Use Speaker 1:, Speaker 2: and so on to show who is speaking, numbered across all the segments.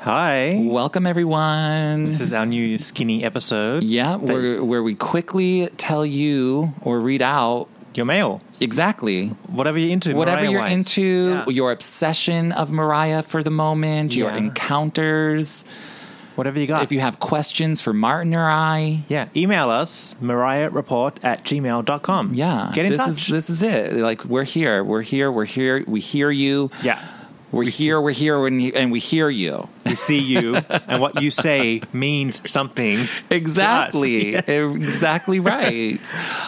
Speaker 1: Hi.
Speaker 2: Welcome, everyone.
Speaker 1: This is our new skinny episode.
Speaker 2: yeah, where, where we quickly tell you or read out
Speaker 1: Your mail.
Speaker 2: exactly
Speaker 1: Whatever you're into.
Speaker 2: whatever you're
Speaker 1: Mariah-wise.
Speaker 2: into,
Speaker 1: Yeah.
Speaker 2: your obsession of Mariah for the moment, your
Speaker 1: Yeah. Ah.
Speaker 2: encounters,
Speaker 1: Whatever you got.
Speaker 2: if you have questions for Martin or I.
Speaker 1: yeah. Email us, mariahreport at gmail.com.
Speaker 2: Yeah,
Speaker 1: Get in
Speaker 2: this
Speaker 1: touch.
Speaker 2: is this is it. Like we're here, we're here, we're here, we hear you.
Speaker 1: yeah.
Speaker 2: we're here, we're here, and, and we hear you.
Speaker 1: We see you, and what you say means something.
Speaker 2: Exactly. Exactly right.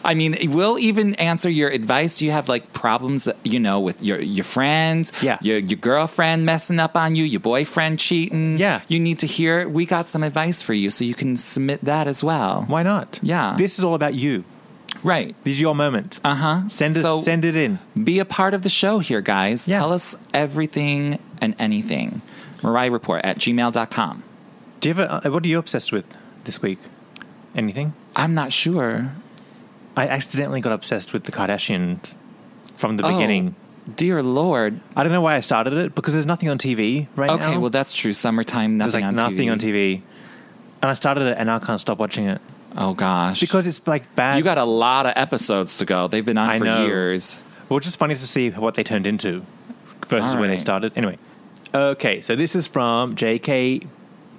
Speaker 2: I mean, we'll even answer your advice. You have like problems, you know, with your your friends,
Speaker 1: Yeah.
Speaker 2: your your girlfriend messing up on you, your boyfriend cheating.
Speaker 1: Yeah.
Speaker 2: You need to hear it. We got some advice for you, so you can submit that as well.
Speaker 1: Why not?
Speaker 2: Yeah.
Speaker 1: This is all about you.
Speaker 2: Right.
Speaker 1: This is your moment.
Speaker 2: Uh huh.
Speaker 1: send us,
Speaker 2: So
Speaker 1: send it in.
Speaker 2: be a part of the show here, guys.
Speaker 1: Yeah.
Speaker 2: Tell us everything and anything. Mariah Report at gmail.com.
Speaker 1: Do you ever, uh, what are you obsessed with this week? Anything?
Speaker 2: I'm not sure.
Speaker 1: I accidentally got obsessed with the Kardashians from the
Speaker 2: Oh,
Speaker 1: beginning.
Speaker 2: dear Lord.
Speaker 1: I don't know why I started it because there's nothing on TV right now.
Speaker 2: Okay, well, that's true. Summertime, nothing
Speaker 1: There's like
Speaker 2: on
Speaker 1: nothing
Speaker 2: TV.
Speaker 1: on TV. And I started it and now I can't stop watching it
Speaker 2: Oh gosh,
Speaker 1: because it's like bad.
Speaker 2: you got a lot of episodes to go. They've been on
Speaker 1: I
Speaker 2: for
Speaker 1: know.
Speaker 2: years.
Speaker 1: well, it's just funny to see what they turned into versus
Speaker 2: All
Speaker 1: when they
Speaker 2: right.
Speaker 1: started. Anyway, okay, so this is from J.K.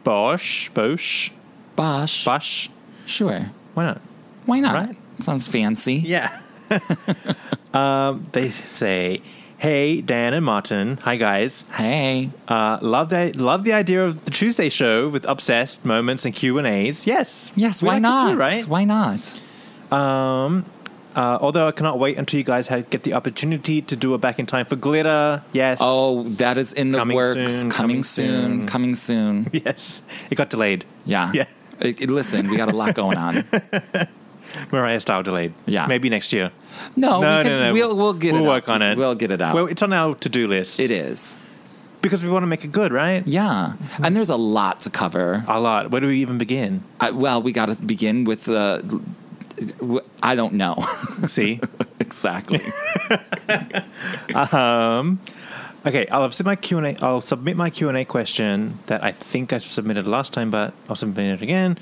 Speaker 1: Bosch. Bosch.
Speaker 2: Bosh.
Speaker 1: Bosch.
Speaker 2: Sure.
Speaker 1: Why not?
Speaker 2: Why not?
Speaker 1: Right.
Speaker 2: Sounds fancy.
Speaker 1: Yeah. um, they say, "Hey, Dan and Martin. Hi, guys.
Speaker 2: Hey.
Speaker 1: Uh, love the love the idea of the Tuesday show with obsessed moments and Q and A's. Yes,
Speaker 2: Yes.
Speaker 1: we
Speaker 2: why
Speaker 1: like it
Speaker 2: not?
Speaker 1: too, right?
Speaker 2: Why not?
Speaker 1: Uh, although I cannot wait until you guys ha get the opportunity to do it back in time for glitter. Yes.
Speaker 2: Oh, that is in the
Speaker 1: Coming
Speaker 2: works.
Speaker 1: soon, coming
Speaker 2: coming soon.
Speaker 1: soon.
Speaker 2: Coming soon.
Speaker 1: yes. It got delayed.
Speaker 2: Yeah.
Speaker 1: Yeah.
Speaker 2: I- I- listen, we got a lot going on.
Speaker 1: Mariah style delayed.
Speaker 2: Yeah.
Speaker 1: Maybe next year.
Speaker 2: No,
Speaker 1: no,
Speaker 2: we can,
Speaker 1: no, no.
Speaker 2: We'll we'll get
Speaker 1: We'll
Speaker 2: it
Speaker 1: work
Speaker 2: out.
Speaker 1: on it.
Speaker 2: We'll get it out.
Speaker 1: Well, it's on our to do list
Speaker 2: it is.
Speaker 1: because we want to make it good, right?
Speaker 2: Yeah, and there's a lot to cover.
Speaker 1: A lot. Where do we even begin?
Speaker 2: I, well, we got to begin with uh, w- I don't know
Speaker 1: See.
Speaker 2: exactly.
Speaker 1: Um, Okay, I'll submit my Q and A. I'll submit my Q and A question that I think I submitted last time, but I'll submit it again.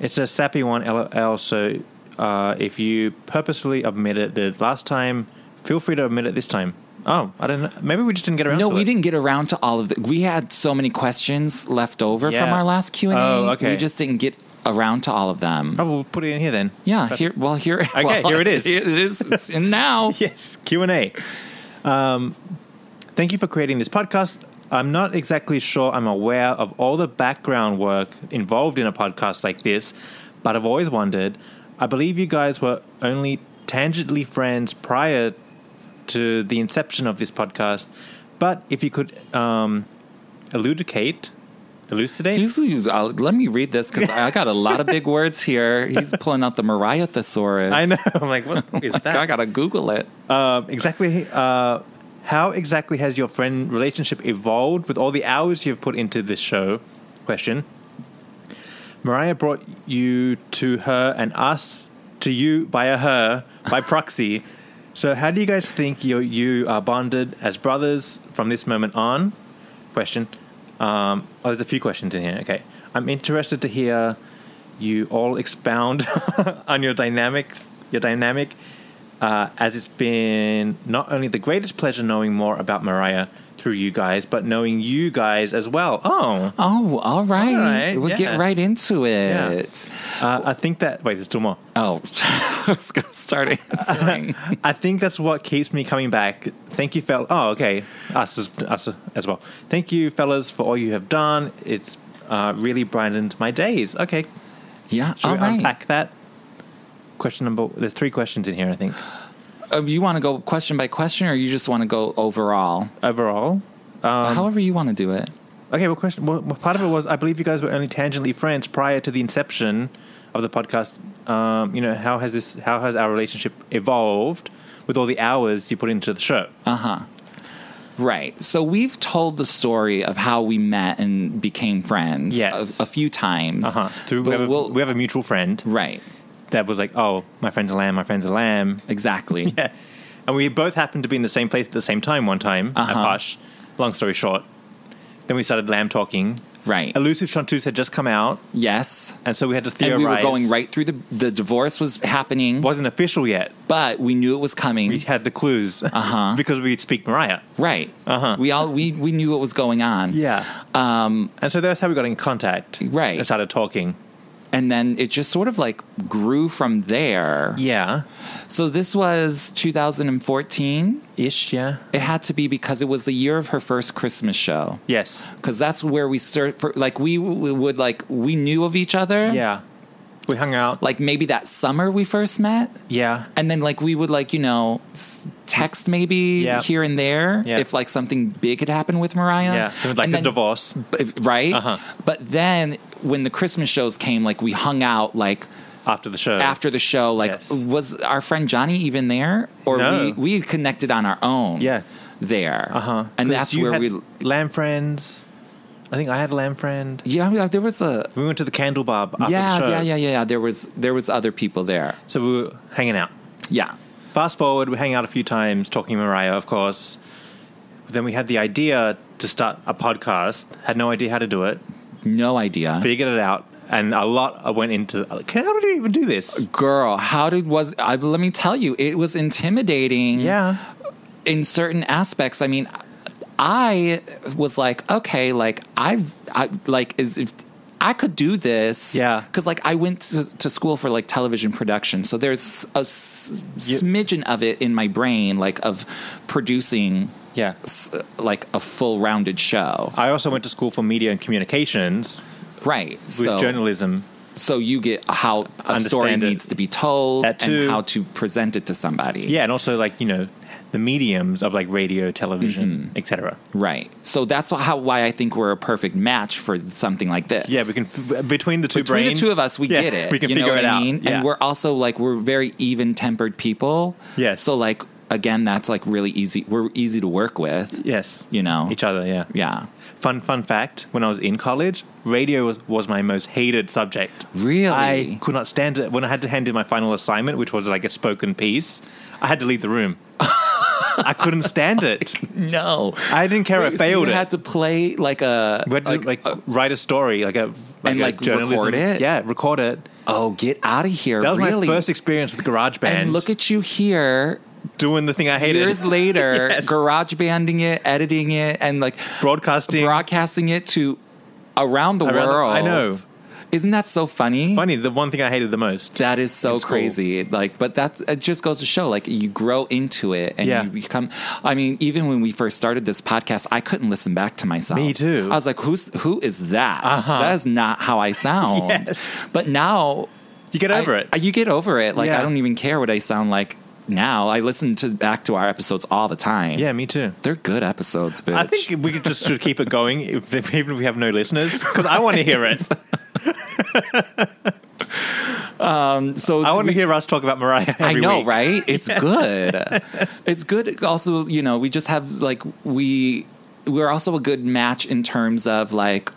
Speaker 1: It's a sappy one, LOL. So uh, if you purposefully omitted it last time, feel free to omit it this time. Oh, I don't. know. Maybe we just didn't get around.
Speaker 2: No,
Speaker 1: to
Speaker 2: we
Speaker 1: it.
Speaker 2: didn't get around to all of the. We had so many questions left over from
Speaker 1: Yeah.
Speaker 2: our last Q and A.
Speaker 1: Oh, okay.
Speaker 2: We just didn't get around to all of them.
Speaker 1: Oh, we'll put it in here then.
Speaker 2: yeah, here. Well, here. Okay,
Speaker 1: here it is.
Speaker 2: It is. It's in now.
Speaker 1: Yes, Q and A. Um, thank you for creating this podcast. I'm not exactly sure I'm aware of all the background work involved in a podcast like this, but I've always wondered. I believe you guys were only tangentially friends prior to the inception of this podcast, but if you could um, elucidate, elucidate,
Speaker 2: He's, he's- I'll- let me read this because I got a lot of big words here. He's pulling out the Mariah thesaurus.
Speaker 1: I know. I'm like, what is that?
Speaker 2: I gotta Google it.
Speaker 1: Um, exactly. Uh, how exactly has your friend relationship evolved with all the hours you've put into this show? Question. Mariah brought you to her and us to you via her by proxy. So, how do you guys think you you are bonded as brothers from this moment on? Question. Um, oh, there's a few questions in here. Okay, I'm interested to hear you all expound on your dynamics, your dynamic uh, as it's been not only the greatest pleasure knowing more about Mariah through you guys, but knowing you guys as well. Oh,
Speaker 2: Oh, all right.
Speaker 1: All right,
Speaker 2: We'll
Speaker 1: yeah.
Speaker 2: get right into
Speaker 1: Yeah.
Speaker 2: it.
Speaker 1: uh, I think that. Wait, there's still more.
Speaker 2: Oh, I was going to start answering.
Speaker 1: I think that's what keeps me coming back. Thank you, fellas. Oh, okay, us as, us as well. Thank you, fellas, for all you have done. It's uh, really brightened my days. Okay,
Speaker 2: yeah,
Speaker 1: should
Speaker 2: all
Speaker 1: we
Speaker 2: right.
Speaker 1: unpack that? Question number. There's three questions in here. I think
Speaker 2: Uh, you want to go question by question, or you just want to go overall?
Speaker 1: overall.
Speaker 2: However, you want to do it.
Speaker 1: Okay, well, question. Well, well, part of it was I believe you guys were only tangentially friends prior to the inception of the podcast. Um, you know, how has this? How has our relationship evolved with all the hours you put into the show?
Speaker 2: Uh-huh. Right. So we've told the story of how we met and became friends
Speaker 1: Yes.
Speaker 2: a, a few times.
Speaker 1: Uh-huh. Through, we,
Speaker 2: But
Speaker 1: have a,
Speaker 2: we'll-
Speaker 1: we have a mutual friend
Speaker 2: right.
Speaker 1: that was like, "Oh, my friend's a lamb. My friend's a lamb,"
Speaker 2: Exactly.
Speaker 1: and we both happened to be in the same place at the same time one time at
Speaker 2: Uh-huh.
Speaker 1: Posh. Long story short, then we started lamb talking.
Speaker 2: Right.
Speaker 1: Elusive Chanteuse had just come out,
Speaker 2: Yes.
Speaker 1: and so we had to theorize.
Speaker 2: And we were going right through the the divorce was happening,
Speaker 1: Wasn't official yet.
Speaker 2: but we knew it was
Speaker 1: We
Speaker 2: coming.
Speaker 1: had the clues uh-huh. because we'd speak Mariah.
Speaker 2: Right. We all we we knew what was going on.
Speaker 1: Uh-huh. Yeah. Um, and so that's how we got in contact.
Speaker 2: Right.
Speaker 1: And started talking.
Speaker 2: And then it just sort of like grew from there.
Speaker 1: Yeah.
Speaker 2: So this was 2014.
Speaker 1: Ish, yeah.
Speaker 2: It had to be because it was the year of her first Christmas show.
Speaker 1: Yes.
Speaker 2: Because that's where we start. For, like we, we would like we knew of each other.
Speaker 1: Yeah. We hung out.
Speaker 2: Like maybe that summer we first met,
Speaker 1: yeah.
Speaker 2: and then like we would like you know s- text maybe
Speaker 1: Yeah.
Speaker 2: here and there
Speaker 1: Yeah.
Speaker 2: if like something big had happened with Mariah.
Speaker 1: Yeah. So like
Speaker 2: uh, And
Speaker 1: the
Speaker 2: then-
Speaker 1: divorce.
Speaker 2: but- right?
Speaker 1: Uh-huh.
Speaker 2: But then when the Christmas shows came, like we hung out like
Speaker 1: After the show.
Speaker 2: after the show. Like
Speaker 1: Oh. Yes.
Speaker 2: was our friend Johnny even there, or
Speaker 1: No.
Speaker 2: we we connected on our own?
Speaker 1: Yeah.
Speaker 2: there.
Speaker 1: Uh huh.
Speaker 2: And that's where we.
Speaker 1: Lamb friends. I think I had a lamb friend.
Speaker 2: Yeah, yeah, there was a
Speaker 1: We went to the candle bar after the
Speaker 2: yeah,
Speaker 1: show.
Speaker 2: yeah, yeah, yeah. There was there was other people there.
Speaker 1: So we were hanging out.
Speaker 2: Yeah,
Speaker 1: Fast forward, we hang out a few times, talking Mariah, of course. Then we had the idea to start a podcast. Had no idea how to do it.
Speaker 2: no idea.
Speaker 1: figured it out, and a lot went into. Can, how did you even do this?
Speaker 2: Girl, how did was I, let me tell you, it was intimidating.
Speaker 1: Yeah,
Speaker 2: in certain aspects. I mean, I was like, okay, like I've I like is if I could do this.
Speaker 1: Yeah.
Speaker 2: because like I went to, to school for like television production, so there's a s- smidgen of it in my brain, like of producing.
Speaker 1: yeah.
Speaker 2: s- Like a full rounded show,
Speaker 1: I also went to school for media and communications
Speaker 2: right?
Speaker 1: with
Speaker 2: So,
Speaker 1: journalism.
Speaker 2: so you get how a
Speaker 1: Understand
Speaker 2: story
Speaker 1: it.
Speaker 2: needs to be told
Speaker 1: That too.
Speaker 2: and how to present it to somebody.
Speaker 1: Yeah, and also like you know the mediums of like radio, television,
Speaker 2: Mm-hmm.
Speaker 1: etc.
Speaker 2: right. So that's how why I think we're a perfect match for something like this.
Speaker 1: Yeah, we can f- between the two
Speaker 2: between
Speaker 1: brains,
Speaker 2: the two of us, we
Speaker 1: yeah,
Speaker 2: get it.
Speaker 1: We can
Speaker 2: you
Speaker 1: figure
Speaker 2: know what
Speaker 1: it
Speaker 2: I mean?
Speaker 1: out. Yeah.
Speaker 2: And we're also like we're very even tempered people.
Speaker 1: Yes.
Speaker 2: So like again, that's like really easy. We're easy to work with.
Speaker 1: yes,
Speaker 2: You know.
Speaker 1: each other. Yeah.
Speaker 2: Yeah.
Speaker 1: Fun fun fact: When I was in college, radio was, was my most hated subject.
Speaker 2: Really?
Speaker 1: I could not stand it. When I had to hand in my final assignment, which was like a spoken piece, I had to leave the room. I couldn't stand it.
Speaker 2: No.
Speaker 1: I didn't care. I
Speaker 2: Oh so you
Speaker 1: failed it.
Speaker 2: had to play like a
Speaker 1: we had to like, write a story, like a like
Speaker 2: And,
Speaker 1: a
Speaker 2: like,
Speaker 1: journalism-
Speaker 2: record it?
Speaker 1: Yeah, record it.
Speaker 2: oh get out of here
Speaker 1: That was
Speaker 2: really
Speaker 1: my first experience with GarageBand.
Speaker 2: and look at you here
Speaker 1: doing the thing I hated.
Speaker 2: years later
Speaker 1: Yes.
Speaker 2: garage banding it editing it and like
Speaker 1: broadcasting.
Speaker 2: broadcasting it to around the
Speaker 1: Around the-
Speaker 2: world
Speaker 1: I know.
Speaker 2: isn't that so funny
Speaker 1: Funny, the one thing I hated the most.
Speaker 2: That is so
Speaker 1: It's cool.
Speaker 2: crazy. Like, but that it just goes to show, like, you grow into it and
Speaker 1: Yeah.
Speaker 2: you become. I mean, even when we first started this podcast, I couldn't listen back to myself.
Speaker 1: Me too. Uh-huh.
Speaker 2: I was like, "Who's who is that? That is not how I sound."
Speaker 1: Yes.
Speaker 2: But now,
Speaker 1: You get over
Speaker 2: I-
Speaker 1: it.
Speaker 2: You get over it. Like,
Speaker 1: Yeah.
Speaker 2: I don't even care what I sound like now. I listen to back to our episodes all the time.
Speaker 1: yeah, me too.
Speaker 2: they're good episodes, bitch.
Speaker 1: I think we could just should keep it going, if, if- even if we have no listeners, because I want to hear it.
Speaker 2: so.
Speaker 1: I want to hear us talk about Mariah.
Speaker 2: I
Speaker 1: every
Speaker 2: know,
Speaker 1: week.
Speaker 2: right? It's good. it's good. Also, you know, we just have like we we're also a good match in terms of like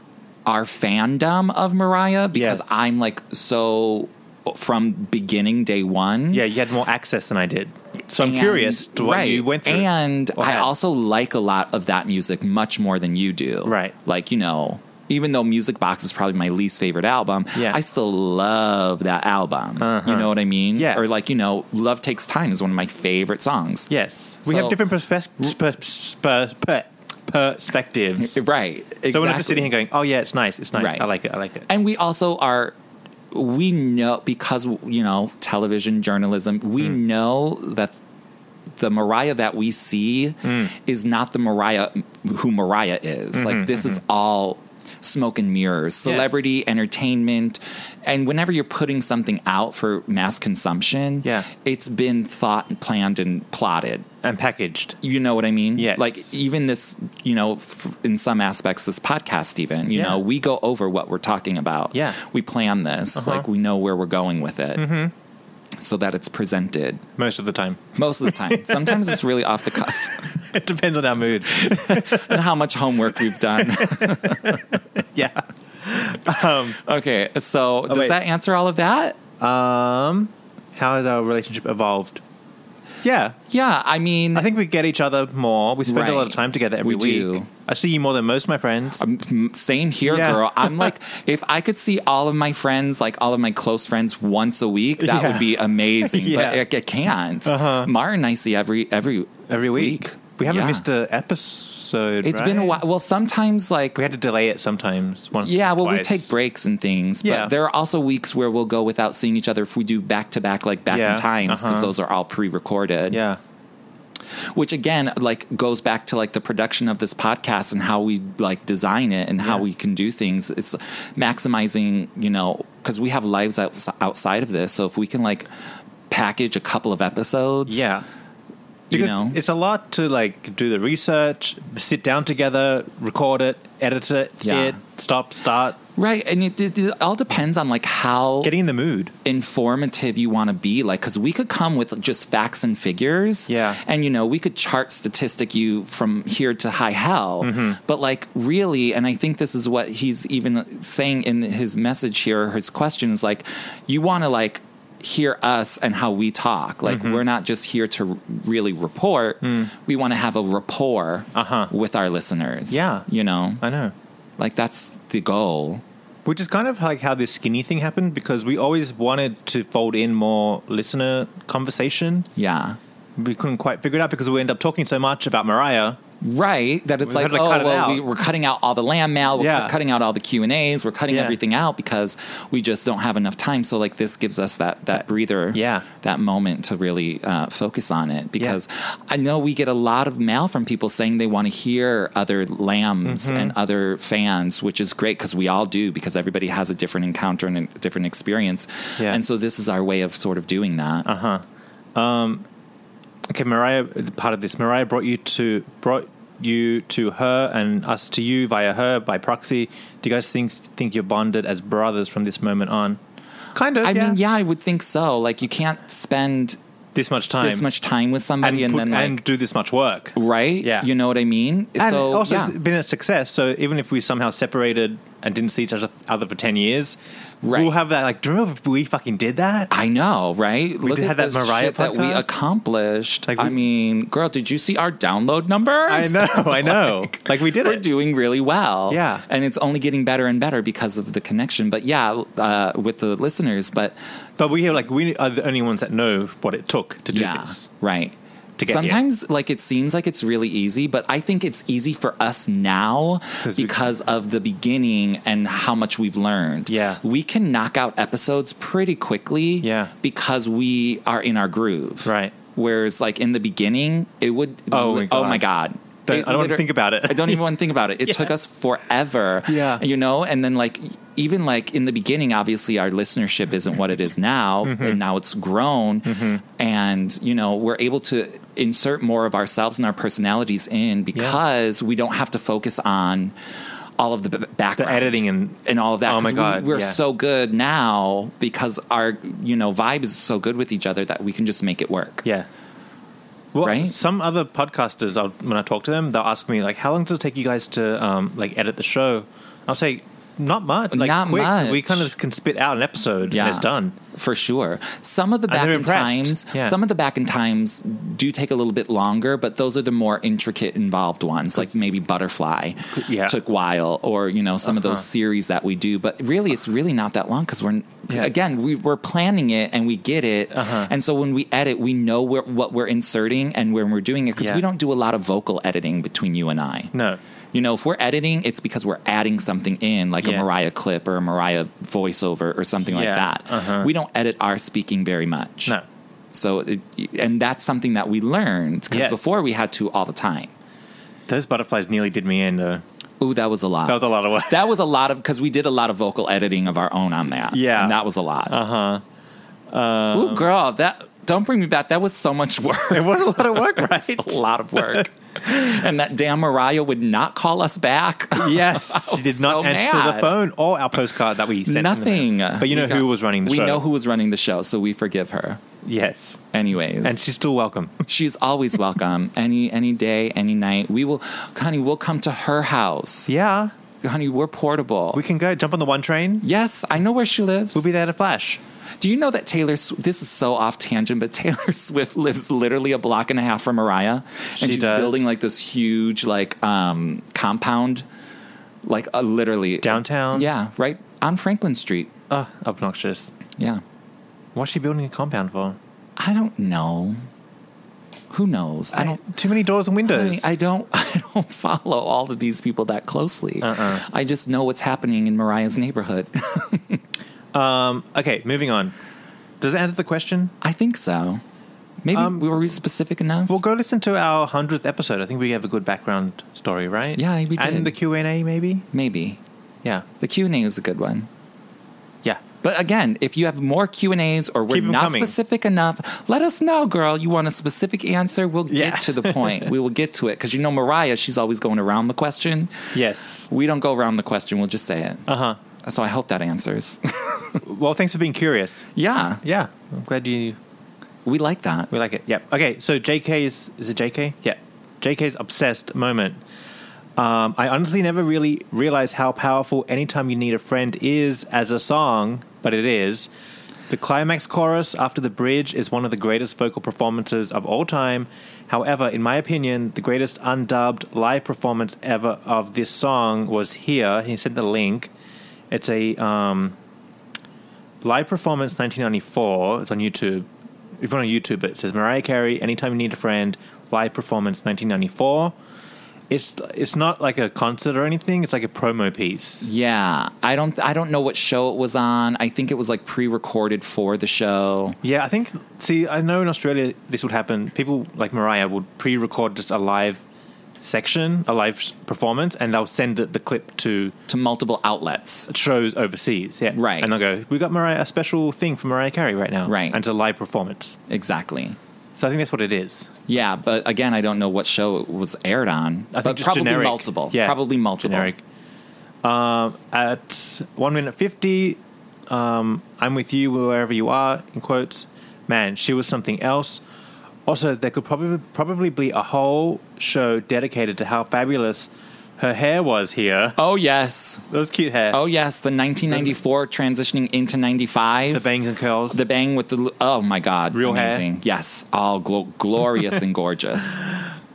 Speaker 2: our fandom of Mariah because
Speaker 1: Yes.
Speaker 2: I'm like so from beginning day one.
Speaker 1: Yeah, you had more access than I did, so I'm
Speaker 2: And-
Speaker 1: curious to what
Speaker 2: right.
Speaker 1: you went through.
Speaker 2: And
Speaker 1: Or
Speaker 2: I
Speaker 1: had.
Speaker 2: also like a lot of that music much more than you do.
Speaker 1: Right.
Speaker 2: Like, you know, even though Music Box is probably my least favorite album,
Speaker 1: Yeah. Uh-huh.
Speaker 2: I still love that album. You know what I mean?
Speaker 1: Yeah.
Speaker 2: Or like, you know, Love Takes Time is one of my favorite songs.
Speaker 1: Yes, we
Speaker 2: So-
Speaker 1: have different perspe- sp- sp- per- perspectives.
Speaker 2: Right. Exactly.
Speaker 1: So we're not just sitting here going, "Oh yeah, it's nice, it's nice,
Speaker 2: Right.
Speaker 1: I like it, I like it."
Speaker 2: and we also are we know because you know television journalism we know that the mariah that we see is not the mariah who mariah is like this is all smoke and mirrors celebrity entertainment and whenever you're putting something out for mass consumption
Speaker 1: Yeah.
Speaker 2: it's been thought and planned and plotted
Speaker 1: And packaged.
Speaker 2: you know what I mean?
Speaker 1: Yes.
Speaker 2: Like even this, you know, f- in some aspects, this podcast, even, you
Speaker 1: Yeah.
Speaker 2: know, we go over what we're talking about.
Speaker 1: Yeah.
Speaker 2: We plan this.
Speaker 1: Uh-huh. Mm-hmm.
Speaker 2: Like we know where we're going with it so that it's presented
Speaker 1: most of the time.
Speaker 2: most of the time. Sometimes it's really off the cuff
Speaker 1: It depends on our mood.
Speaker 2: and how much homework we've done.
Speaker 1: yeah.
Speaker 2: okay. So does
Speaker 1: Oh, wait.
Speaker 2: that answer all of that?
Speaker 1: Um, how has our relationship evolved? Yeah,
Speaker 2: Yeah. I mean,
Speaker 1: I think we get each other more. We spend a lot
Speaker 2: Right.
Speaker 1: of time together every
Speaker 2: We
Speaker 1: week.
Speaker 2: do.
Speaker 1: I see you more than most of my friends.
Speaker 2: Mm, same here
Speaker 1: Yeah.
Speaker 2: girl i'm like if i could see all of my friends like all of my close friends once a week that
Speaker 1: Yeah.
Speaker 2: would be amazing
Speaker 1: Yeah. Uh-huh.
Speaker 2: but I, I can't martin i see every every
Speaker 1: every week. We haven't
Speaker 2: Yeah.
Speaker 1: missed an episode.
Speaker 2: It's
Speaker 1: It's
Speaker 2: been a while well sometimes like
Speaker 1: We had to delay it sometimes. Once,
Speaker 2: yeah, well,
Speaker 1: twice.
Speaker 2: we take breaks and things,
Speaker 1: Yeah.
Speaker 2: but there are also weeks where we'll go without seeing each other if we do back to back, like back
Speaker 1: Yeah.
Speaker 2: in times, because
Speaker 1: Uh-huh.
Speaker 2: those are all pre recorded.
Speaker 1: Yeah,
Speaker 2: which again like goes back to like the production of this podcast and how we like design it and how
Speaker 1: Yeah.
Speaker 2: we can do things it's maximizing you know because we have lives outs- outside of this so if we can like package a couple of episodes
Speaker 1: yeah.
Speaker 2: you
Speaker 1: Because
Speaker 2: know
Speaker 1: it's a lot to like do the research, sit down together, record it, edit it,
Speaker 2: Yeah.
Speaker 1: it, stop, start,
Speaker 2: right and it, it, it all depends on like how
Speaker 1: getting in the mood.
Speaker 2: informative you want to be like because we could come with just facts and figures
Speaker 1: Yeah.
Speaker 2: and you know we could chart statistic you from here to high hell
Speaker 1: Mm-hmm.
Speaker 2: but like really and i think this is what he's even saying in his message here his question is like you want to like hear us and how we talk like
Speaker 1: Mm-hmm.
Speaker 2: we're not just here to really report we want to have a rapport
Speaker 1: Mm. Uh-huh.
Speaker 2: with our listeners
Speaker 1: Yeah.
Speaker 2: you know
Speaker 1: I know.
Speaker 2: like that's the goal
Speaker 1: Which is kind of like how this skinny thing happened because we always wanted to fold in more listener conversation.
Speaker 2: yeah
Speaker 1: We couldn't quite figure it out because we end up talking so much about Mariah.
Speaker 2: right that it's
Speaker 1: We
Speaker 2: like
Speaker 1: had to
Speaker 2: oh
Speaker 1: cut it
Speaker 2: well
Speaker 1: out.
Speaker 2: we, we're cutting out all the land mail we're
Speaker 1: Yeah.
Speaker 2: cu- cutting out all the q and a's we're cutting
Speaker 1: Yeah.
Speaker 2: everything out because we just don't have enough time so like this gives us that that breather
Speaker 1: yeah.
Speaker 2: that moment to really uh, focus on it because i know we get a lot of mail from people saying they want to hear other lambs
Speaker 1: Mm-hmm.
Speaker 2: and other fans which is great because we all do because everybody has a different encounter and a different experience
Speaker 1: Yeah. Uh-huh.
Speaker 2: and so this is our way of sort of doing that
Speaker 1: Okay, Mariah. Part of this, Mariah brought you to brought you to her and us to you via her by proxy. Do you guys think think you're bonded as brothers from this moment on? Kind of.
Speaker 2: i mean yeah i would think so like you can't spend
Speaker 1: This much time.
Speaker 2: this much time with
Speaker 1: and,
Speaker 2: somebody and,
Speaker 1: put-
Speaker 2: then like
Speaker 1: and do this much work.
Speaker 2: right?
Speaker 1: Yeah.
Speaker 2: you know what I mean.
Speaker 1: And
Speaker 2: so
Speaker 1: also,
Speaker 2: yeah,
Speaker 1: it's been a success. So even if we somehow separated and didn't see each other other for ten years,
Speaker 2: Right.
Speaker 1: we'll have that. Like, do you remember if we fucking did that?
Speaker 2: I know, right? Look
Speaker 1: did
Speaker 2: at
Speaker 1: have that
Speaker 2: this
Speaker 1: Mariah
Speaker 2: shit that we
Speaker 1: podcast.
Speaker 2: accomplished.
Speaker 1: Like,
Speaker 2: I
Speaker 1: we-
Speaker 2: mean, girl, did you see our download numbers?
Speaker 1: I know, I know. Like, we did
Speaker 2: We're
Speaker 1: it.
Speaker 2: doing really well.
Speaker 1: Yeah.
Speaker 2: and it's only getting better and better because of the connection. But yeah, uh, with the listeners, but
Speaker 1: But we are like we are the only ones that know what it took to do
Speaker 2: yeah,
Speaker 1: this.
Speaker 2: right.
Speaker 1: To get here.
Speaker 2: Sometimes, like it seems like it's really easy, but I think it's easy for us now
Speaker 1: 'Cause we-
Speaker 2: because of the beginning and how much we've learned.
Speaker 1: Yeah.
Speaker 2: we can knock out episodes pretty quickly.
Speaker 1: Yeah.
Speaker 2: because we are in our groove.
Speaker 1: Right.
Speaker 2: Whereas, like in the beginning, it would.
Speaker 1: Oh my
Speaker 2: oh my god.
Speaker 1: Don't-
Speaker 2: It
Speaker 1: I don't want to
Speaker 2: liter-
Speaker 1: think about it.
Speaker 2: I don't even want to think about it. It took us forever.
Speaker 1: Yeah.
Speaker 2: You know, and then like even like in the beginning, obviously our listenership isn't what it is now,
Speaker 1: Mm-hmm.
Speaker 2: and now it's grown, and you know we're able to insert more of ourselves and our personalities in because we don't have to focus on all of the b- background,
Speaker 1: editing and-
Speaker 2: and all of that.
Speaker 1: Oh my
Speaker 2: 'Cause we-
Speaker 1: God,
Speaker 2: we're
Speaker 1: yeah.
Speaker 2: so good now because our you know vibe is so good with each other that we can just make it work.
Speaker 1: Yeah. Well,
Speaker 2: Right?
Speaker 1: some other podcasters, I'll, when I talk to them, they'll ask me like, "How long does it take you guys to um, like edit the show?" I'll say, not much. Like
Speaker 2: Not
Speaker 1: quick,
Speaker 2: much.
Speaker 1: we kind of can spit out an episode
Speaker 2: Yeah.
Speaker 1: and it's done.
Speaker 2: for sure. Some of the
Speaker 1: And
Speaker 2: back
Speaker 1: they're
Speaker 2: in
Speaker 1: impressed.
Speaker 2: times,
Speaker 1: Yeah.
Speaker 2: some of the back in times do take a little bit longer, but those are the more intricate, involved ones, like maybe Butterfly
Speaker 1: Yeah. Uh-huh.
Speaker 2: took while, or you know some of those series that we do. But really, it's really not that long because we're
Speaker 1: Yeah. Uh-huh.
Speaker 2: again we, we're planning it and we get it, and so when we edit, we know where, what we're inserting and when we're doing it because
Speaker 1: Yeah.
Speaker 2: we don't do a lot of vocal editing between you and I.
Speaker 1: No.
Speaker 2: You know, if we're editing, it's because we're adding something in, like
Speaker 1: Yeah.
Speaker 2: a Mariah clip or a Mariah voiceover or something
Speaker 1: Yeah,
Speaker 2: like that.
Speaker 1: uh-huh.
Speaker 2: We don't edit our speaking very much.
Speaker 1: No.
Speaker 2: So, it, and that's something that we learned because
Speaker 1: Yes.
Speaker 2: before we had to all the time.
Speaker 1: Those butterflies nearly did me in, though.
Speaker 2: Ooh, that was a lot.
Speaker 1: That was a lot of work.
Speaker 2: That was a lot of because we did a lot of vocal editing of our own on that.
Speaker 1: Yeah. Uh-huh. Um,
Speaker 2: and that was a lot. Uh huh. Ooh, girl, that don't bring me back. That was so much work.
Speaker 1: It was a lot of work, right?
Speaker 2: a lot of work. and that damn Mariah would not call us back.
Speaker 1: Yes, she did not
Speaker 2: so
Speaker 1: answer the
Speaker 2: mad.
Speaker 1: phone or our postcard that we sent. in the-
Speaker 2: Nothing.
Speaker 1: But you know
Speaker 2: We
Speaker 1: who
Speaker 2: got-
Speaker 1: was running the
Speaker 2: we
Speaker 1: show.
Speaker 2: know who was running the show, so we forgive her.
Speaker 1: Yes,
Speaker 2: Anyways,
Speaker 1: and she's still welcome.
Speaker 2: she's always welcome. any any day, any night. We will, honey. We'll come to her house,
Speaker 1: Yeah,
Speaker 2: honey. We're portable.
Speaker 1: we can go jump on the one train.
Speaker 2: yes, I know where she lives.
Speaker 1: We'll be there in a flash.
Speaker 2: Do you know that Taylor? Sw- This is so off tangent, but Taylor Swift lives literally a block and a half from Mariah, and
Speaker 1: She
Speaker 2: she's
Speaker 1: does.
Speaker 2: building like this huge like um compound, like uh, literally
Speaker 1: Downtown?
Speaker 2: Yeah, right on Franklin Street.
Speaker 1: Ah, obnoxious.
Speaker 2: Yeah,
Speaker 1: What's she building a compound for?
Speaker 2: I don't know. Who knows? I don't.
Speaker 1: Too many doors and
Speaker 2: I,
Speaker 1: windows.
Speaker 2: mean, I don't. I don't follow all of these people that closely.
Speaker 1: Uh-uh.
Speaker 2: I just know what's happening in Mariah's neighborhood.
Speaker 1: um, okay, moving on. Does it answer the question?
Speaker 2: I think so. Maybe
Speaker 1: Um,
Speaker 2: we were specific enough.
Speaker 1: Well, go listen to our hundredth episode. I think we gave a good background story, right?
Speaker 2: Yeah, we did.
Speaker 1: And the Q and A, maybe.
Speaker 2: Maybe
Speaker 1: Yeah,
Speaker 2: the Q and A is a good one.
Speaker 1: yeah.
Speaker 2: But again, if you have more Q and A's or we're
Speaker 1: Keep 'em
Speaker 2: not
Speaker 1: coming.
Speaker 2: specific enough, let us know, girl. You want a specific answer? We'll get
Speaker 1: Yeah.
Speaker 2: to the point. we will get to it because you know Mariah, she's always going around the question.
Speaker 1: Yes.
Speaker 2: We don't go around the question. We'll just say it.
Speaker 1: Uh huh.
Speaker 2: So I hope that answers.
Speaker 1: Well, thanks for being curious.
Speaker 2: yeah,
Speaker 1: Yeah, I'm glad you
Speaker 2: we like that.
Speaker 1: We like it. Yep. Okay. So JK is is it JK? Yeah. JK's obsessed moment. Um, I honestly never really realized how powerful "Anytime You Need a Friend" is as a song, but it is. The climax chorus after the bridge is one of the greatest vocal performances of all time. However, in my opinion, the greatest undubbed live performance ever of this song was here. He sent the link. It's a um, live performance 1994. It's on YouTube. If you're on YouTube, it says Mariah Carey, "Anytime You Need a Friend," live performance 1994. It's it's not like a concert or anything. It's like a promo piece.
Speaker 2: Yeah, I don't. I don't know what show it was on. I think it was like pre-recorded for the show.
Speaker 1: Yeah, I think. See, I know in Australia this would happen. People like Mariah would pre-record just a live section, a live s- performance, and they'll send the, the clip to
Speaker 2: to multiple outlets.
Speaker 1: shows overseas. Yeah,
Speaker 2: Right.
Speaker 1: And they'll go, "We got Mariah a special thing for Mariah Carey right now."
Speaker 2: Right.
Speaker 1: and it's a live performance.
Speaker 2: Exactly.
Speaker 1: So I think that's what it is.
Speaker 2: Yeah, but again, I don't know what show it was aired on.
Speaker 1: I think
Speaker 2: but
Speaker 1: just
Speaker 2: probably
Speaker 1: generic.
Speaker 2: multiple.
Speaker 1: Yeah,
Speaker 2: Probably multiple.
Speaker 1: Generic. Um, at one minute fifty, um, I'm with you wherever you are. In quotes, man, she was something else. Also, there could probably probably be a whole show dedicated to how fabulous her hair was here.
Speaker 2: Oh yes.
Speaker 1: That was cute hair.
Speaker 2: Oh yes, the 1994 transitioning into 95.
Speaker 1: the bangs and curls.
Speaker 2: The bang with the l- oh my god,
Speaker 1: Real hair.
Speaker 2: amazing. Yes, all glo- glorious and gorgeous.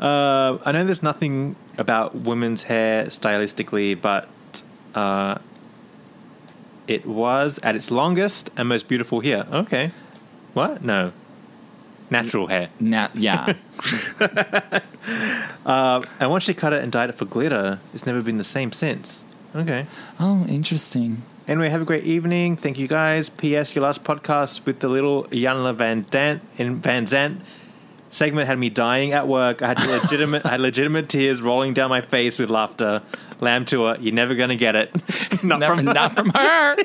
Speaker 1: Uh, I know there's nothing about women's hair stylistically, but uh, it was at its longest and most beautiful here. Okay. What? No. Natural hair.
Speaker 2: Na- yeah.
Speaker 1: And once she cut it and dyed it for glitter, it's never been the same since. Okay.
Speaker 2: Oh, interesting.
Speaker 1: Anyway, have a great evening. Thank you guys. P.S. Your last podcast with the little Yanla Van Dant in Van Zant segment had me dying at work. I had legitimate, I had legitimate tears rolling down my face with laughter. Lamb tour, you're never gonna get it. Not
Speaker 2: Never-
Speaker 1: from
Speaker 2: not from her.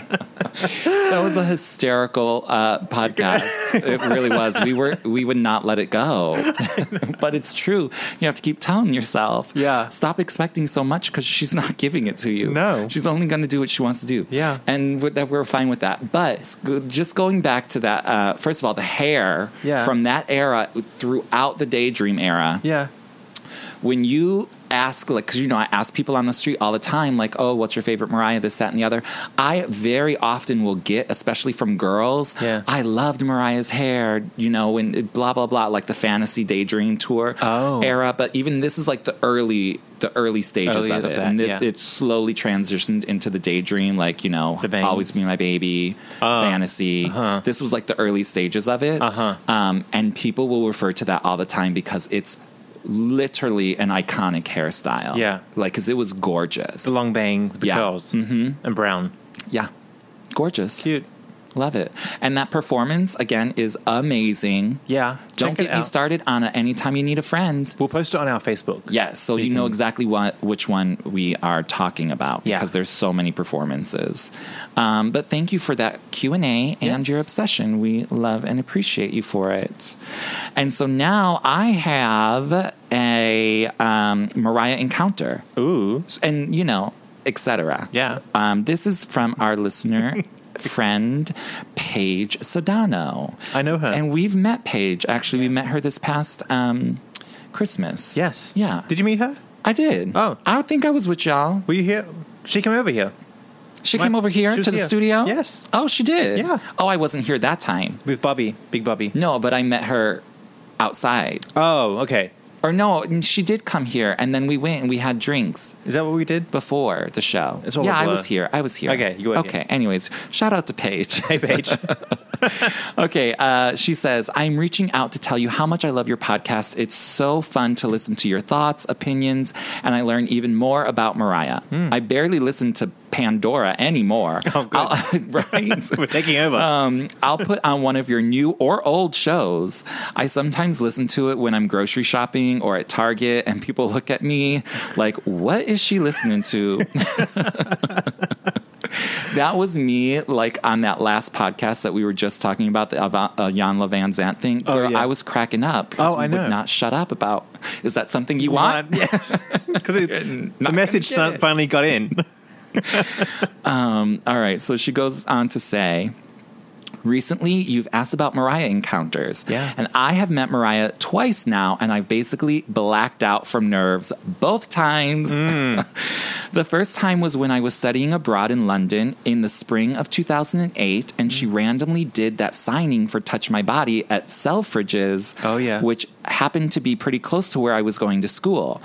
Speaker 2: that was a hysterical uh, podcast. It really was. We were we would not let it go, but it's true. You have to keep telling yourself,
Speaker 1: Yeah.
Speaker 2: Stop expecting so much because she's not giving it to you.
Speaker 1: No.
Speaker 2: she's only going to do what she wants to do.
Speaker 1: Yeah.
Speaker 2: and with that we're fine with that. But s- go- just going back to that. Uh, first of all, the hair
Speaker 1: Yeah.
Speaker 2: from that era throughout the daydream era
Speaker 1: yeah,
Speaker 2: when you ask, like, because you know, I ask people on the street all the time, like, oh, what's your favorite Mariah, this, that, and the other. I very often will get, especially from girls,
Speaker 1: Yeah.
Speaker 2: I loved Mariah's hair, you know, and blah, blah, blah, like the fantasy daydream tour
Speaker 1: Oh.
Speaker 2: era. But even this is like the early. The early
Speaker 1: Early
Speaker 2: stages of
Speaker 1: of
Speaker 2: it,
Speaker 1: that,
Speaker 2: and it,
Speaker 1: yeah.
Speaker 2: it slowly transitioned into the daydream, like you know,
Speaker 1: The bangs.
Speaker 2: always be my baby, fantasy. This was like the early stages of it,
Speaker 1: Uh, Uh-huh.
Speaker 2: um, and people will refer to that all the time because it's literally an iconic hairstyle.
Speaker 1: Yeah.
Speaker 2: like because it was gorgeous.
Speaker 1: The long bang, with the
Speaker 2: Yeah.
Speaker 1: curls, mm-hmm. and brown.
Speaker 2: yeah, gorgeous.
Speaker 1: Cute.
Speaker 2: Love it. And that performance again is amazing.
Speaker 1: Yeah.
Speaker 2: Don't
Speaker 1: check it
Speaker 2: get me
Speaker 1: out.
Speaker 2: started on it. Anytime you need a friend.
Speaker 1: We'll post it on our Facebook.
Speaker 2: Yes, so, you,
Speaker 1: you
Speaker 2: know
Speaker 1: can-
Speaker 2: exactly what which one we are talking about
Speaker 1: Yeah.
Speaker 2: because there's so many performances. Um, but thank you for that Q and A and
Speaker 1: Yes.
Speaker 2: your obsession. We love and appreciate you for it. And so now I have a um, Mariah encounter,
Speaker 1: Ooh.
Speaker 2: and you know, etc.
Speaker 1: Yeah.
Speaker 2: um, this is from our listener. Friend Paige Sodano.
Speaker 1: I know her.
Speaker 2: And we've met Paige. Actually, we met her this past um, Christmas.
Speaker 1: Yes.
Speaker 2: Yeah.
Speaker 1: Did you meet her?
Speaker 2: I did.
Speaker 1: Oh.
Speaker 2: I think I was with y'all.
Speaker 1: Were you here? She came over here
Speaker 2: She
Speaker 1: My-
Speaker 2: came over here
Speaker 1: she was
Speaker 2: to the
Speaker 1: here.
Speaker 2: studio?
Speaker 1: Yes.
Speaker 2: Oh, she did?
Speaker 1: Yeah.
Speaker 2: Oh, I wasn't here that time.
Speaker 1: with Bobby, Big Bobby.
Speaker 2: No, but I met her outside.
Speaker 1: Oh, okay.
Speaker 2: Or no, and she did come here and then we went and we had drinks
Speaker 1: Is that what we did?
Speaker 2: before the show.
Speaker 1: It's all a
Speaker 2: yeah, I
Speaker 1: blur.
Speaker 2: was here. I was here.
Speaker 1: Okay, you were here.
Speaker 2: Okay. Anyways, shout out to Paige.
Speaker 1: Hey, Paige.
Speaker 2: Okay, uh, she says, I'm reaching out to tell you how much I love your podcast. It's so fun to listen to your thoughts, opinions, and I learn even more about Mariah. I barely listen to Pandora anymore.
Speaker 1: Hmm. Oh, good.
Speaker 2: I'll- right?
Speaker 1: We're taking over.
Speaker 2: Um, I'll put on one of your new or old shows. I sometimes listen to it when I'm grocery shopping or at Target, and people look at me like, what is she listening to? that was me, like on that last podcast that we were just talking about, the Ava- uh, Jan Levan Zant thing.
Speaker 1: Oh,
Speaker 2: Girl,
Speaker 1: yeah.
Speaker 2: I was cracking up. because
Speaker 1: Oh, I
Speaker 2: we
Speaker 1: know.
Speaker 2: Would not shut up about. Is that something you want?
Speaker 1: Yes. Because the
Speaker 2: gonna
Speaker 1: message
Speaker 2: get
Speaker 1: son-
Speaker 2: it.
Speaker 1: finally got in.
Speaker 2: All right. So she goes on to say. Recently, you've asked about Mariah encounters.
Speaker 1: Yeah.
Speaker 2: And I have met Mariah twice now, and I've basically blacked out from nerves both times.
Speaker 1: Mm.
Speaker 2: the first time was when I was studying abroad in London in the spring of 2008, and
Speaker 1: Mm.
Speaker 2: she randomly did that signing for Touch My Body at Selfridges.
Speaker 1: Oh, yeah.
Speaker 2: Which happened to be pretty close to where I was going to school.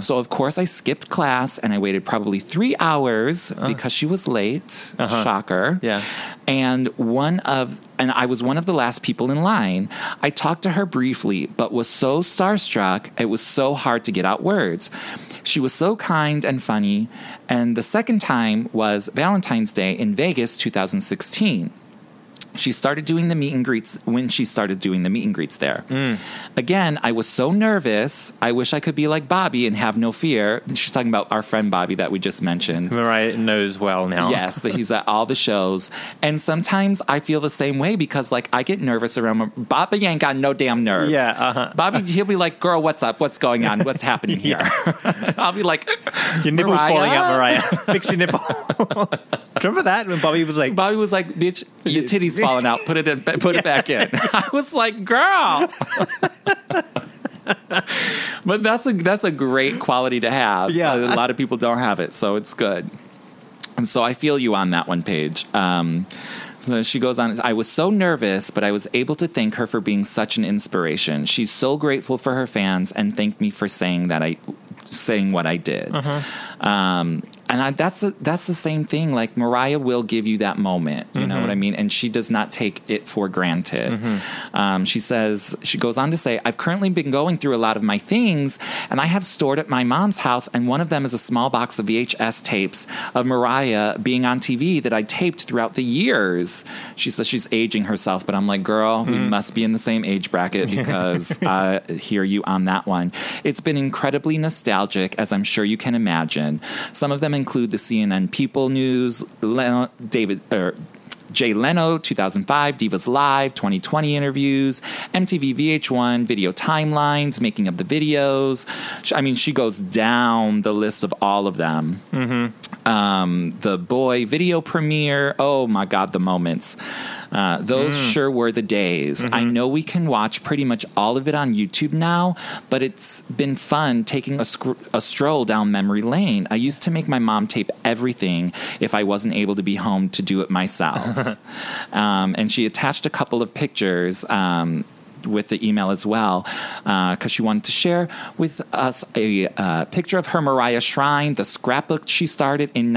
Speaker 2: So, of course, I skipped class and I waited probably three hours because she was late. Shocker.
Speaker 1: Yeah.
Speaker 2: And one of and I was one of the last people in line. I talked to her briefly, but was so starstruck, it was so hard to get out words. She was so kind and funny. And the second time was Valentine's Day in Vegas 2016 she started doing the meet and greets when she started doing the meet and greets there. Again, I was so nervous. I wish I could be like Bobby and have no fear. She's talking about our friend Bobby that we just mentioned.
Speaker 1: Mariah knows well now.
Speaker 2: Yes, that he's at all the shows. And sometimes I feel the same way because, like, I get nervous around my, Bobby ain't got no damn nerves.
Speaker 1: Yeah, uh-huh.
Speaker 2: Bobby, he'll be like, girl, what's up? What's going on? What's happening here? I'll be like,
Speaker 1: Your nipple's
Speaker 2: Mariah?
Speaker 1: falling out, Mariah. Fix your nipple. Do you remember that when Bobby was like,
Speaker 2: Bobby was like, bitch, your titty's falling out. Put it in, put it back in. I was like, girl. but that's a that's a great quality to have.
Speaker 1: Yeah.
Speaker 2: a lot of people don't have it, so it's good. And so I feel you on that one, Paige. Um, so she goes on, I was so nervous, but I was able to thank her for being such an inspiration. She's so grateful for her fans and thanked me for saying that I, saying what I did. Um, and I, that's the, that's the same thing. Like Mariah will give you that moment. You know what I mean? And she does not take it for granted. Um, she says, she goes on to say, I've currently been going through a lot of my things and I have stored at my mom's house. And one of them is a small box of VHS tapes of Mariah being on TV that I taped throughout the years. She says she's aging herself, but I'm like, girl, we must be in the same age bracket because I hear you on that one. It's been incredibly nostalgic, as I'm sure you can imagine. Some of them include the CNN People News, Leno, David, er, Jay Leno, 2005, Divas Live, 2020 interviews, MTV VH1, video timelines, making of the videos. Sh- I mean, she goes down the list of all of them. Um, the boy video premiere. Oh my God, the moments. Uh, those sure were the days. I know we can watch pretty much all of it on YouTube now, but it's been fun taking a, scr- a stroll down memory lane. I used to make my mom tape everything if I wasn't able to be home to do it myself. um, and she attached a couple of pictures. Um, with the email as well, because she wanted to share with us a uh, picture of her Mariah Shrine, the scrapbook she started in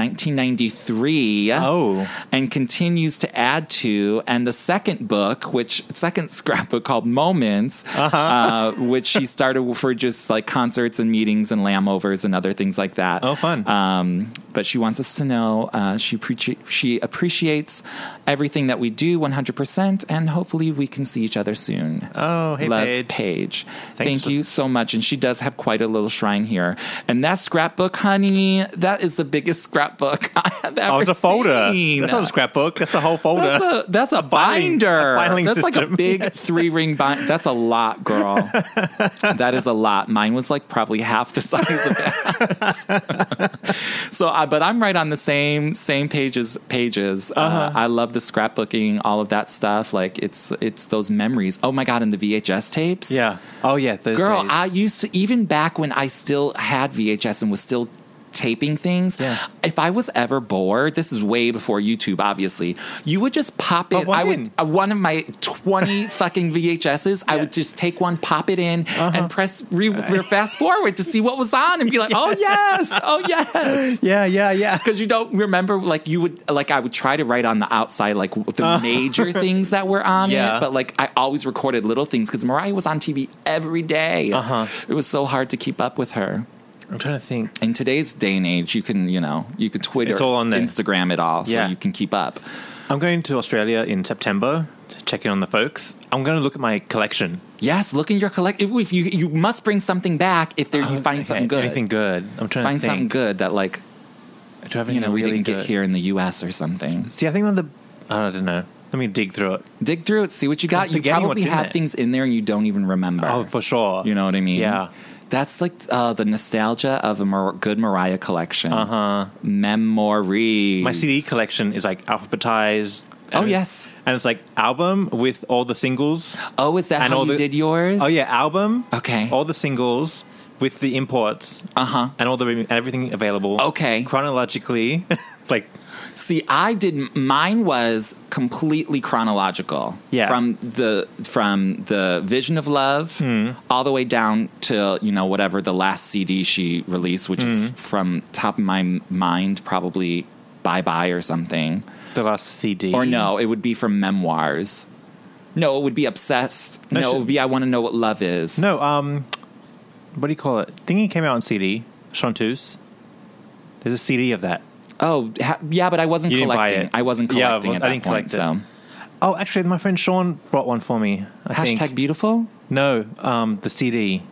Speaker 2: 1993
Speaker 1: Oh.
Speaker 2: and continues to add to. And the second book, which second scrapbook called Moments,
Speaker 1: Uh-huh.
Speaker 2: uh which she started for just like concerts and meetings and lamb-overs and other things like that.
Speaker 1: Oh, fun.
Speaker 2: Um, but she wants us to know uh, she appreci- she appreciates everything that we do 100, percent and hopefully we can see each other soon.
Speaker 1: Oh, hey,
Speaker 2: Love,
Speaker 1: Paige.
Speaker 2: Paige.
Speaker 1: Thanks
Speaker 2: Thank
Speaker 1: for-
Speaker 2: you so much. And she does have quite a little shrine here. And that scrapbook, honey, that is the biggest scrapbook I have ever
Speaker 1: Oh, it's a folder.
Speaker 2: seen.
Speaker 1: That's not a scrapbook. That's a whole folder.
Speaker 2: That's a that's a,
Speaker 1: filing-
Speaker 2: binder.
Speaker 1: a filing
Speaker 2: that's like a
Speaker 1: system.
Speaker 2: big
Speaker 1: Yes.
Speaker 2: three ring bind. That's a lot, girl. that is a lot. Mine was like probably half the size of that. so, I, but I'm right on the same same pages pages. uh
Speaker 1: Uh-huh.
Speaker 2: I love the scrapbooking, all of that stuff. Like it's it's those memories. Oh my god, and the VHS tapes.
Speaker 1: yeah. Oh, yeah. those
Speaker 2: Girl,
Speaker 1: days.
Speaker 2: I used to even back when I still had VHS and was still taping things.
Speaker 1: Yeah.
Speaker 2: If I was ever bored, this is way before YouTube, obviously. You would just pop
Speaker 1: Pop
Speaker 2: it.
Speaker 1: one
Speaker 2: I would
Speaker 1: in.
Speaker 2: uh, one of my twenty fucking VHSs. I would just take one, pop it in,
Speaker 1: Uh-huh.
Speaker 2: and press re- re- fast forward to see what was on, and be like, oh yes, oh yes.
Speaker 1: yeah, yeah, yeah.
Speaker 2: Because you don't remember, like you would, like I would try to write on the outside, like w- the major things that were on
Speaker 1: Uh. Yeah.
Speaker 2: it. But like I always recorded little things because Mariah was on TV every day.
Speaker 1: Uh-huh.
Speaker 2: It was so hard to keep up with her.
Speaker 1: I'm trying to think.
Speaker 2: In today's day and age, you can you know you could Twitter,
Speaker 1: It's all on there.
Speaker 2: Instagram it all, so
Speaker 1: Yeah.
Speaker 2: you can keep up.
Speaker 1: I'm going to Australia in September to check in on the folks. I'm going to look at my collection.
Speaker 2: Yes, look in your collect. If, if you you must bring something back if there you
Speaker 1: Oh,
Speaker 2: find
Speaker 1: Okay,
Speaker 2: something good.
Speaker 1: Anything good. I'm trying
Speaker 2: find
Speaker 1: to think.
Speaker 2: something good that like
Speaker 1: Do I have
Speaker 2: you
Speaker 1: anything
Speaker 2: know we
Speaker 1: really
Speaker 2: didn't
Speaker 1: good?
Speaker 2: get here in the U.S. or something.
Speaker 1: See, I think one of the. I don't know. Let me dig through it.
Speaker 2: Dig through it, see what you got. You
Speaker 1: forgetting
Speaker 2: probably
Speaker 1: what's in
Speaker 2: have
Speaker 1: it.
Speaker 2: things in there and you don't even remember.
Speaker 1: Oh, for sure.
Speaker 2: You know what I mean?
Speaker 1: Yeah.
Speaker 2: That's like uh, the nostalgia of a Mar- good Mariah collection. Uh huh. Memories.
Speaker 1: Uh-huh. My CD collection is like alphabetized.
Speaker 2: Oh,
Speaker 1: and-
Speaker 2: yes.
Speaker 1: and it's like album with all the singles.
Speaker 2: Oh, is that
Speaker 1: And
Speaker 2: how
Speaker 1: all
Speaker 2: you
Speaker 1: the-
Speaker 2: did yours?
Speaker 1: Oh yeah, album.
Speaker 2: Okay.
Speaker 1: all the singles with the imports.
Speaker 2: Uh huh.
Speaker 1: and all the rem- everything available.
Speaker 2: Okay.
Speaker 1: chronologically, like
Speaker 2: See, I did. Mine was completely chronological.
Speaker 1: Yeah.
Speaker 2: From the from the Vision of Love
Speaker 1: Hmm.
Speaker 2: all the way down to you know whatever the last CD she released, which
Speaker 1: Hmm.
Speaker 2: is from top of my m- mind probably Bye Bye or something.
Speaker 1: the last CD
Speaker 2: Or no, it would be from memoirs. No, it would be obsessed.
Speaker 1: No,
Speaker 2: No, it
Speaker 1: she-
Speaker 2: would be I want to know what love is.
Speaker 1: no. Um, what do you call it? Thingy came out on CD. Chanteuse. There's a CD of that.
Speaker 2: Oh, ha- yeah, but I wasn't
Speaker 1: You didn't buy
Speaker 2: collecting.
Speaker 1: it.
Speaker 2: I wasn't
Speaker 1: Yeah,
Speaker 2: collecting
Speaker 1: well,
Speaker 2: at
Speaker 1: I
Speaker 2: that
Speaker 1: didn't
Speaker 2: point.
Speaker 1: collect it.
Speaker 2: So
Speaker 1: Oh, actually, my friend Sean brought one for me. I
Speaker 2: hashtag
Speaker 1: think.
Speaker 2: beautiful.
Speaker 1: No, um, the CD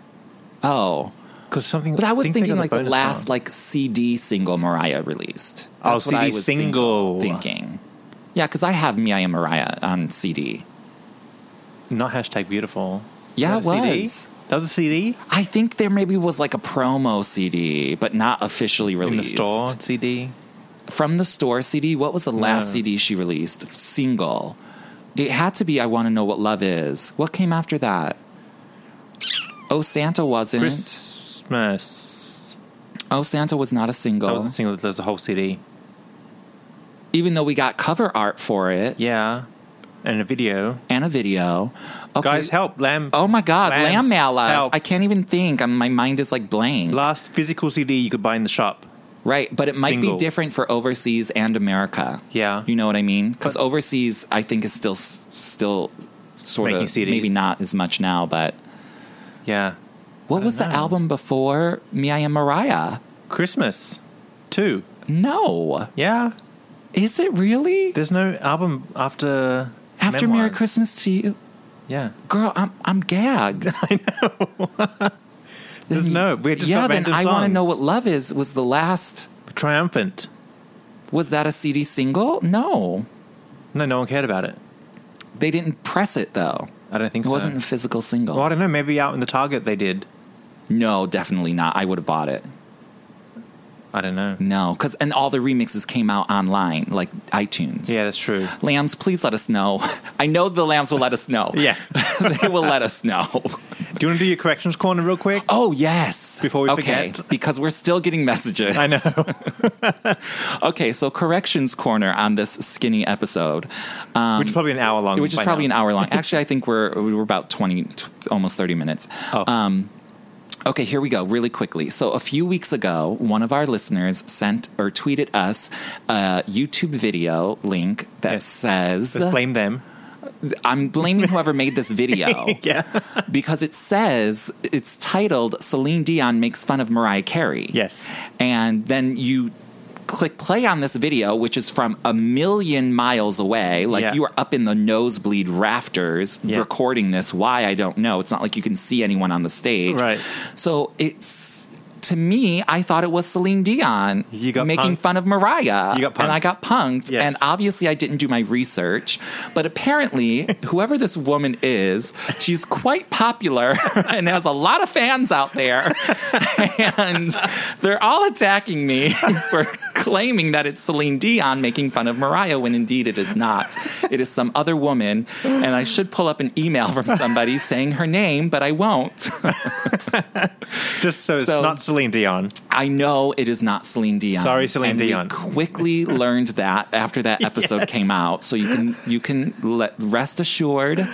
Speaker 2: Oh,
Speaker 1: because something.
Speaker 2: but I was
Speaker 1: think they
Speaker 2: thinking
Speaker 1: got
Speaker 2: like the
Speaker 1: bonus
Speaker 2: last
Speaker 1: song.
Speaker 2: like CD single Mariah released.
Speaker 1: Oh,
Speaker 2: That's what I
Speaker 1: CD
Speaker 2: was thinking-
Speaker 1: single.
Speaker 2: thinking. Yeah, because I have Me I Am Mariah on CD.
Speaker 1: not hashtag beautiful.
Speaker 2: Yeah,
Speaker 1: Was that a
Speaker 2: it
Speaker 1: CD?
Speaker 2: was.
Speaker 1: That was a CD
Speaker 2: I think there maybe was like a promo CD, but not officially released
Speaker 1: in the store CD.
Speaker 2: from the store CD. What was the last
Speaker 1: No.
Speaker 2: CD she released? Single. It had to be I Want to Know What Love Is. What came after that? Oh, Santa wasn't.
Speaker 1: Christmas.
Speaker 2: Oh, Santa was not a
Speaker 1: That
Speaker 2: single.
Speaker 1: was a single. That was a whole CD.
Speaker 2: Even though we got cover art for it
Speaker 1: Yeah, and a video.
Speaker 2: and a video. Okay.
Speaker 1: Guys, help! Lamb.
Speaker 2: Oh my God,
Speaker 1: Lambs,
Speaker 2: Lamb Malas.
Speaker 1: help.
Speaker 2: I can't even think. i my mind is like blank.
Speaker 1: Last physical CD you could buy in the shop.
Speaker 2: Right, but it might
Speaker 1: Single.
Speaker 2: be different for overseas and America.
Speaker 1: Yeah.
Speaker 2: you know what I mean. Because overseas, I think is still s- still sort
Speaker 1: Making
Speaker 2: of
Speaker 1: CDs.
Speaker 2: maybe not as much now. But
Speaker 1: Yeah,
Speaker 2: what was the
Speaker 1: know.
Speaker 2: album before Me I Am Mariah?
Speaker 1: Christmas two.
Speaker 2: No,
Speaker 1: Yeah,
Speaker 2: is it really
Speaker 1: there's no album after
Speaker 2: after Merry
Speaker 1: Memoirs.
Speaker 2: Christmas to You,
Speaker 1: Yeah,
Speaker 2: girl? I'm I'm gagged. I know.
Speaker 1: There's no- we just
Speaker 2: yeah.
Speaker 1: got
Speaker 2: then
Speaker 1: random
Speaker 2: I want to
Speaker 1: songs.
Speaker 2: know what love is. Was the last
Speaker 1: triumphant.
Speaker 2: was that a CD single? No,
Speaker 1: No, no one cared about it.
Speaker 2: they didn't press it though.
Speaker 1: I don't think
Speaker 2: It
Speaker 1: so.
Speaker 2: wasn't a physical single.
Speaker 1: Well, I don't know. Maybe out in the Target they did.
Speaker 2: No, definitely not. I would have bought it.
Speaker 1: I don't know.
Speaker 2: No, because and all the remixes came out online, like iTunes.
Speaker 1: Yeah, that's true.
Speaker 2: Lambs, please let us know. I know the lambs will let us know.
Speaker 1: Yeah.
Speaker 2: they will let us know.
Speaker 1: Do you want to do your corrections corner real quick?
Speaker 2: Oh yes.
Speaker 1: Before we
Speaker 2: okay,
Speaker 1: forget.
Speaker 2: because we're still getting messages.
Speaker 1: I know.
Speaker 2: Okay, so corrections corner on this skinny episode, um,
Speaker 1: Which is probably an hour long.
Speaker 2: which is
Speaker 1: by
Speaker 2: probably
Speaker 1: now.
Speaker 2: an hour long. Actually, I think we're we're about twenty, t- almost thirty minutes.
Speaker 1: Oh.
Speaker 2: Um, okay, here we go, really quickly. So a few weeks ago, one of our listeners sent or tweeted us a YouTube video link that
Speaker 1: Yes.
Speaker 2: says,
Speaker 1: Let's blame them.
Speaker 2: "I'm blaming whoever made this video."
Speaker 1: Yeah.
Speaker 2: because it says it's titled Celine Dion makes fun of Mariah Carey.
Speaker 1: Yes.
Speaker 2: And then you click play on this video which is from a million miles away like
Speaker 1: Yeah.
Speaker 2: you are up in the nosebleed rafters
Speaker 1: Yeah.
Speaker 2: recording this why I don't know it's not like you can see anyone on the stage
Speaker 1: Right.
Speaker 2: so it's to me I thought it was Celine Dion
Speaker 1: You got
Speaker 2: making
Speaker 1: punked.
Speaker 2: fun of Mariah
Speaker 1: You got
Speaker 2: and I
Speaker 1: punked.
Speaker 2: got punked
Speaker 1: Yes.
Speaker 2: and obviously I didn't do my research, but apparently whoever this woman is, she's quite popular and has a lot of fans out there. and they're all attacking me for claiming that it's Celine Dion making fun of Mariah when indeed it is not. It is some other woman and I should pull up an email from somebody saying her name, but I won't.
Speaker 1: Just so it's
Speaker 2: So-
Speaker 1: not Celine Dion.
Speaker 2: I know it is not Celine Dion.
Speaker 1: Sorry, Celine
Speaker 2: And we
Speaker 1: Dion.
Speaker 2: quickly learned that after that episode
Speaker 1: Yes.
Speaker 2: came out, so you can you can let, rest assured,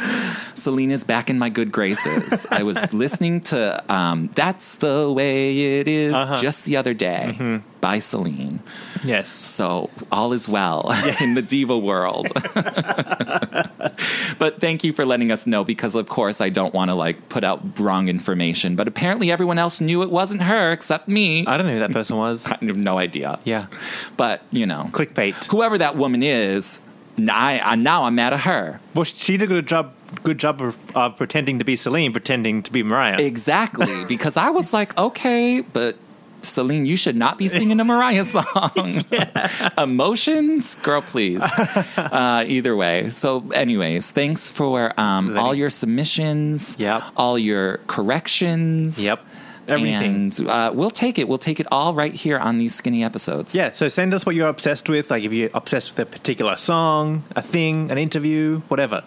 Speaker 2: Celine is back in my good graces. I was listening to um, "That's the Way It Is"
Speaker 1: Uh-huh.
Speaker 2: just the other day
Speaker 1: Mm-hmm.
Speaker 2: by Celine,
Speaker 1: Yes.
Speaker 2: so all is well in the diva world. but thank you for letting us know because, of course, I don't want to like put out wrong information. But apparently, everyone else knew it wasn't her except me.
Speaker 1: I don't know who that person was.
Speaker 2: I have no idea.
Speaker 1: yeah.
Speaker 2: But, you know,
Speaker 1: Clickbait.
Speaker 2: whoever that woman is, n- I, I- now I'm mad at her.
Speaker 1: Well, she did a good job. Good job of, of pretending to be Celine, pretending to be Mariah.
Speaker 2: Exactly. because I was like, okay, but Celine, you should not be singing a Mariah song. Emotions? Girl, please. uh, either way. So, anyways, thanks for um, all your submissions,
Speaker 1: Yep.
Speaker 2: all your corrections.
Speaker 1: Yep. Everything.
Speaker 2: And uh, we'll take it. We'll take it all right here on these skinny episodes.
Speaker 1: yeah, so send us what you're obsessed with. Like if you're obsessed with a particular song, a thing, an interview, whatever.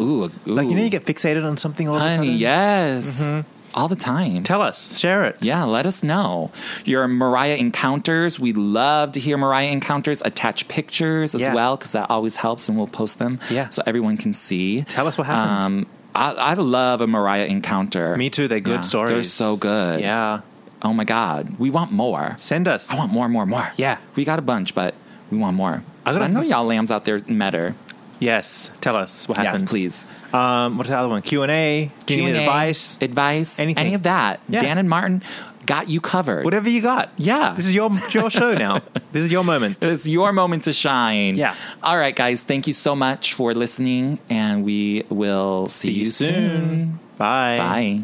Speaker 2: Ooh, ooh.
Speaker 1: Like you know, you get fixated on something all of a
Speaker 2: Honey,
Speaker 1: sudden. Mm-hmm.
Speaker 2: yes. All the time.
Speaker 1: Tell us, share it.
Speaker 2: yeah, let us know your Mariah encounters. We love to hear Mariah encounters. Attach pictures as
Speaker 1: Yeah.
Speaker 2: well because that always helps, and we'll post them
Speaker 1: Yeah.
Speaker 2: so everyone can see.
Speaker 1: Tell us what happened.
Speaker 2: Um, I, I love a Mariah encounter.
Speaker 1: Me too. They're good
Speaker 2: Yeah,
Speaker 1: stories.
Speaker 2: They're so good.
Speaker 1: Yeah.
Speaker 2: Oh my god, we want more.
Speaker 1: Send us.
Speaker 2: I want more, more, more.
Speaker 1: Yeah.
Speaker 2: we got a bunch, but we want more.
Speaker 1: I gotta-
Speaker 2: I know y'all lambs out there matter.
Speaker 1: Yes. Tell us what happened.
Speaker 2: Yes, please.
Speaker 1: Um, what's the other one? Q and A. Do you need
Speaker 2: Q&A,
Speaker 1: advice?
Speaker 2: advice,
Speaker 1: Anything.
Speaker 2: any of that.
Speaker 1: Yeah.
Speaker 2: Dan and Martin got you covered.
Speaker 1: Whatever you got.
Speaker 2: Yeah.
Speaker 1: This is your your show now. this is your moment.
Speaker 2: It's your moment to shine.
Speaker 1: Yeah.
Speaker 2: All right, guys. Thank you so much for listening, and we will see, you soon. Bye.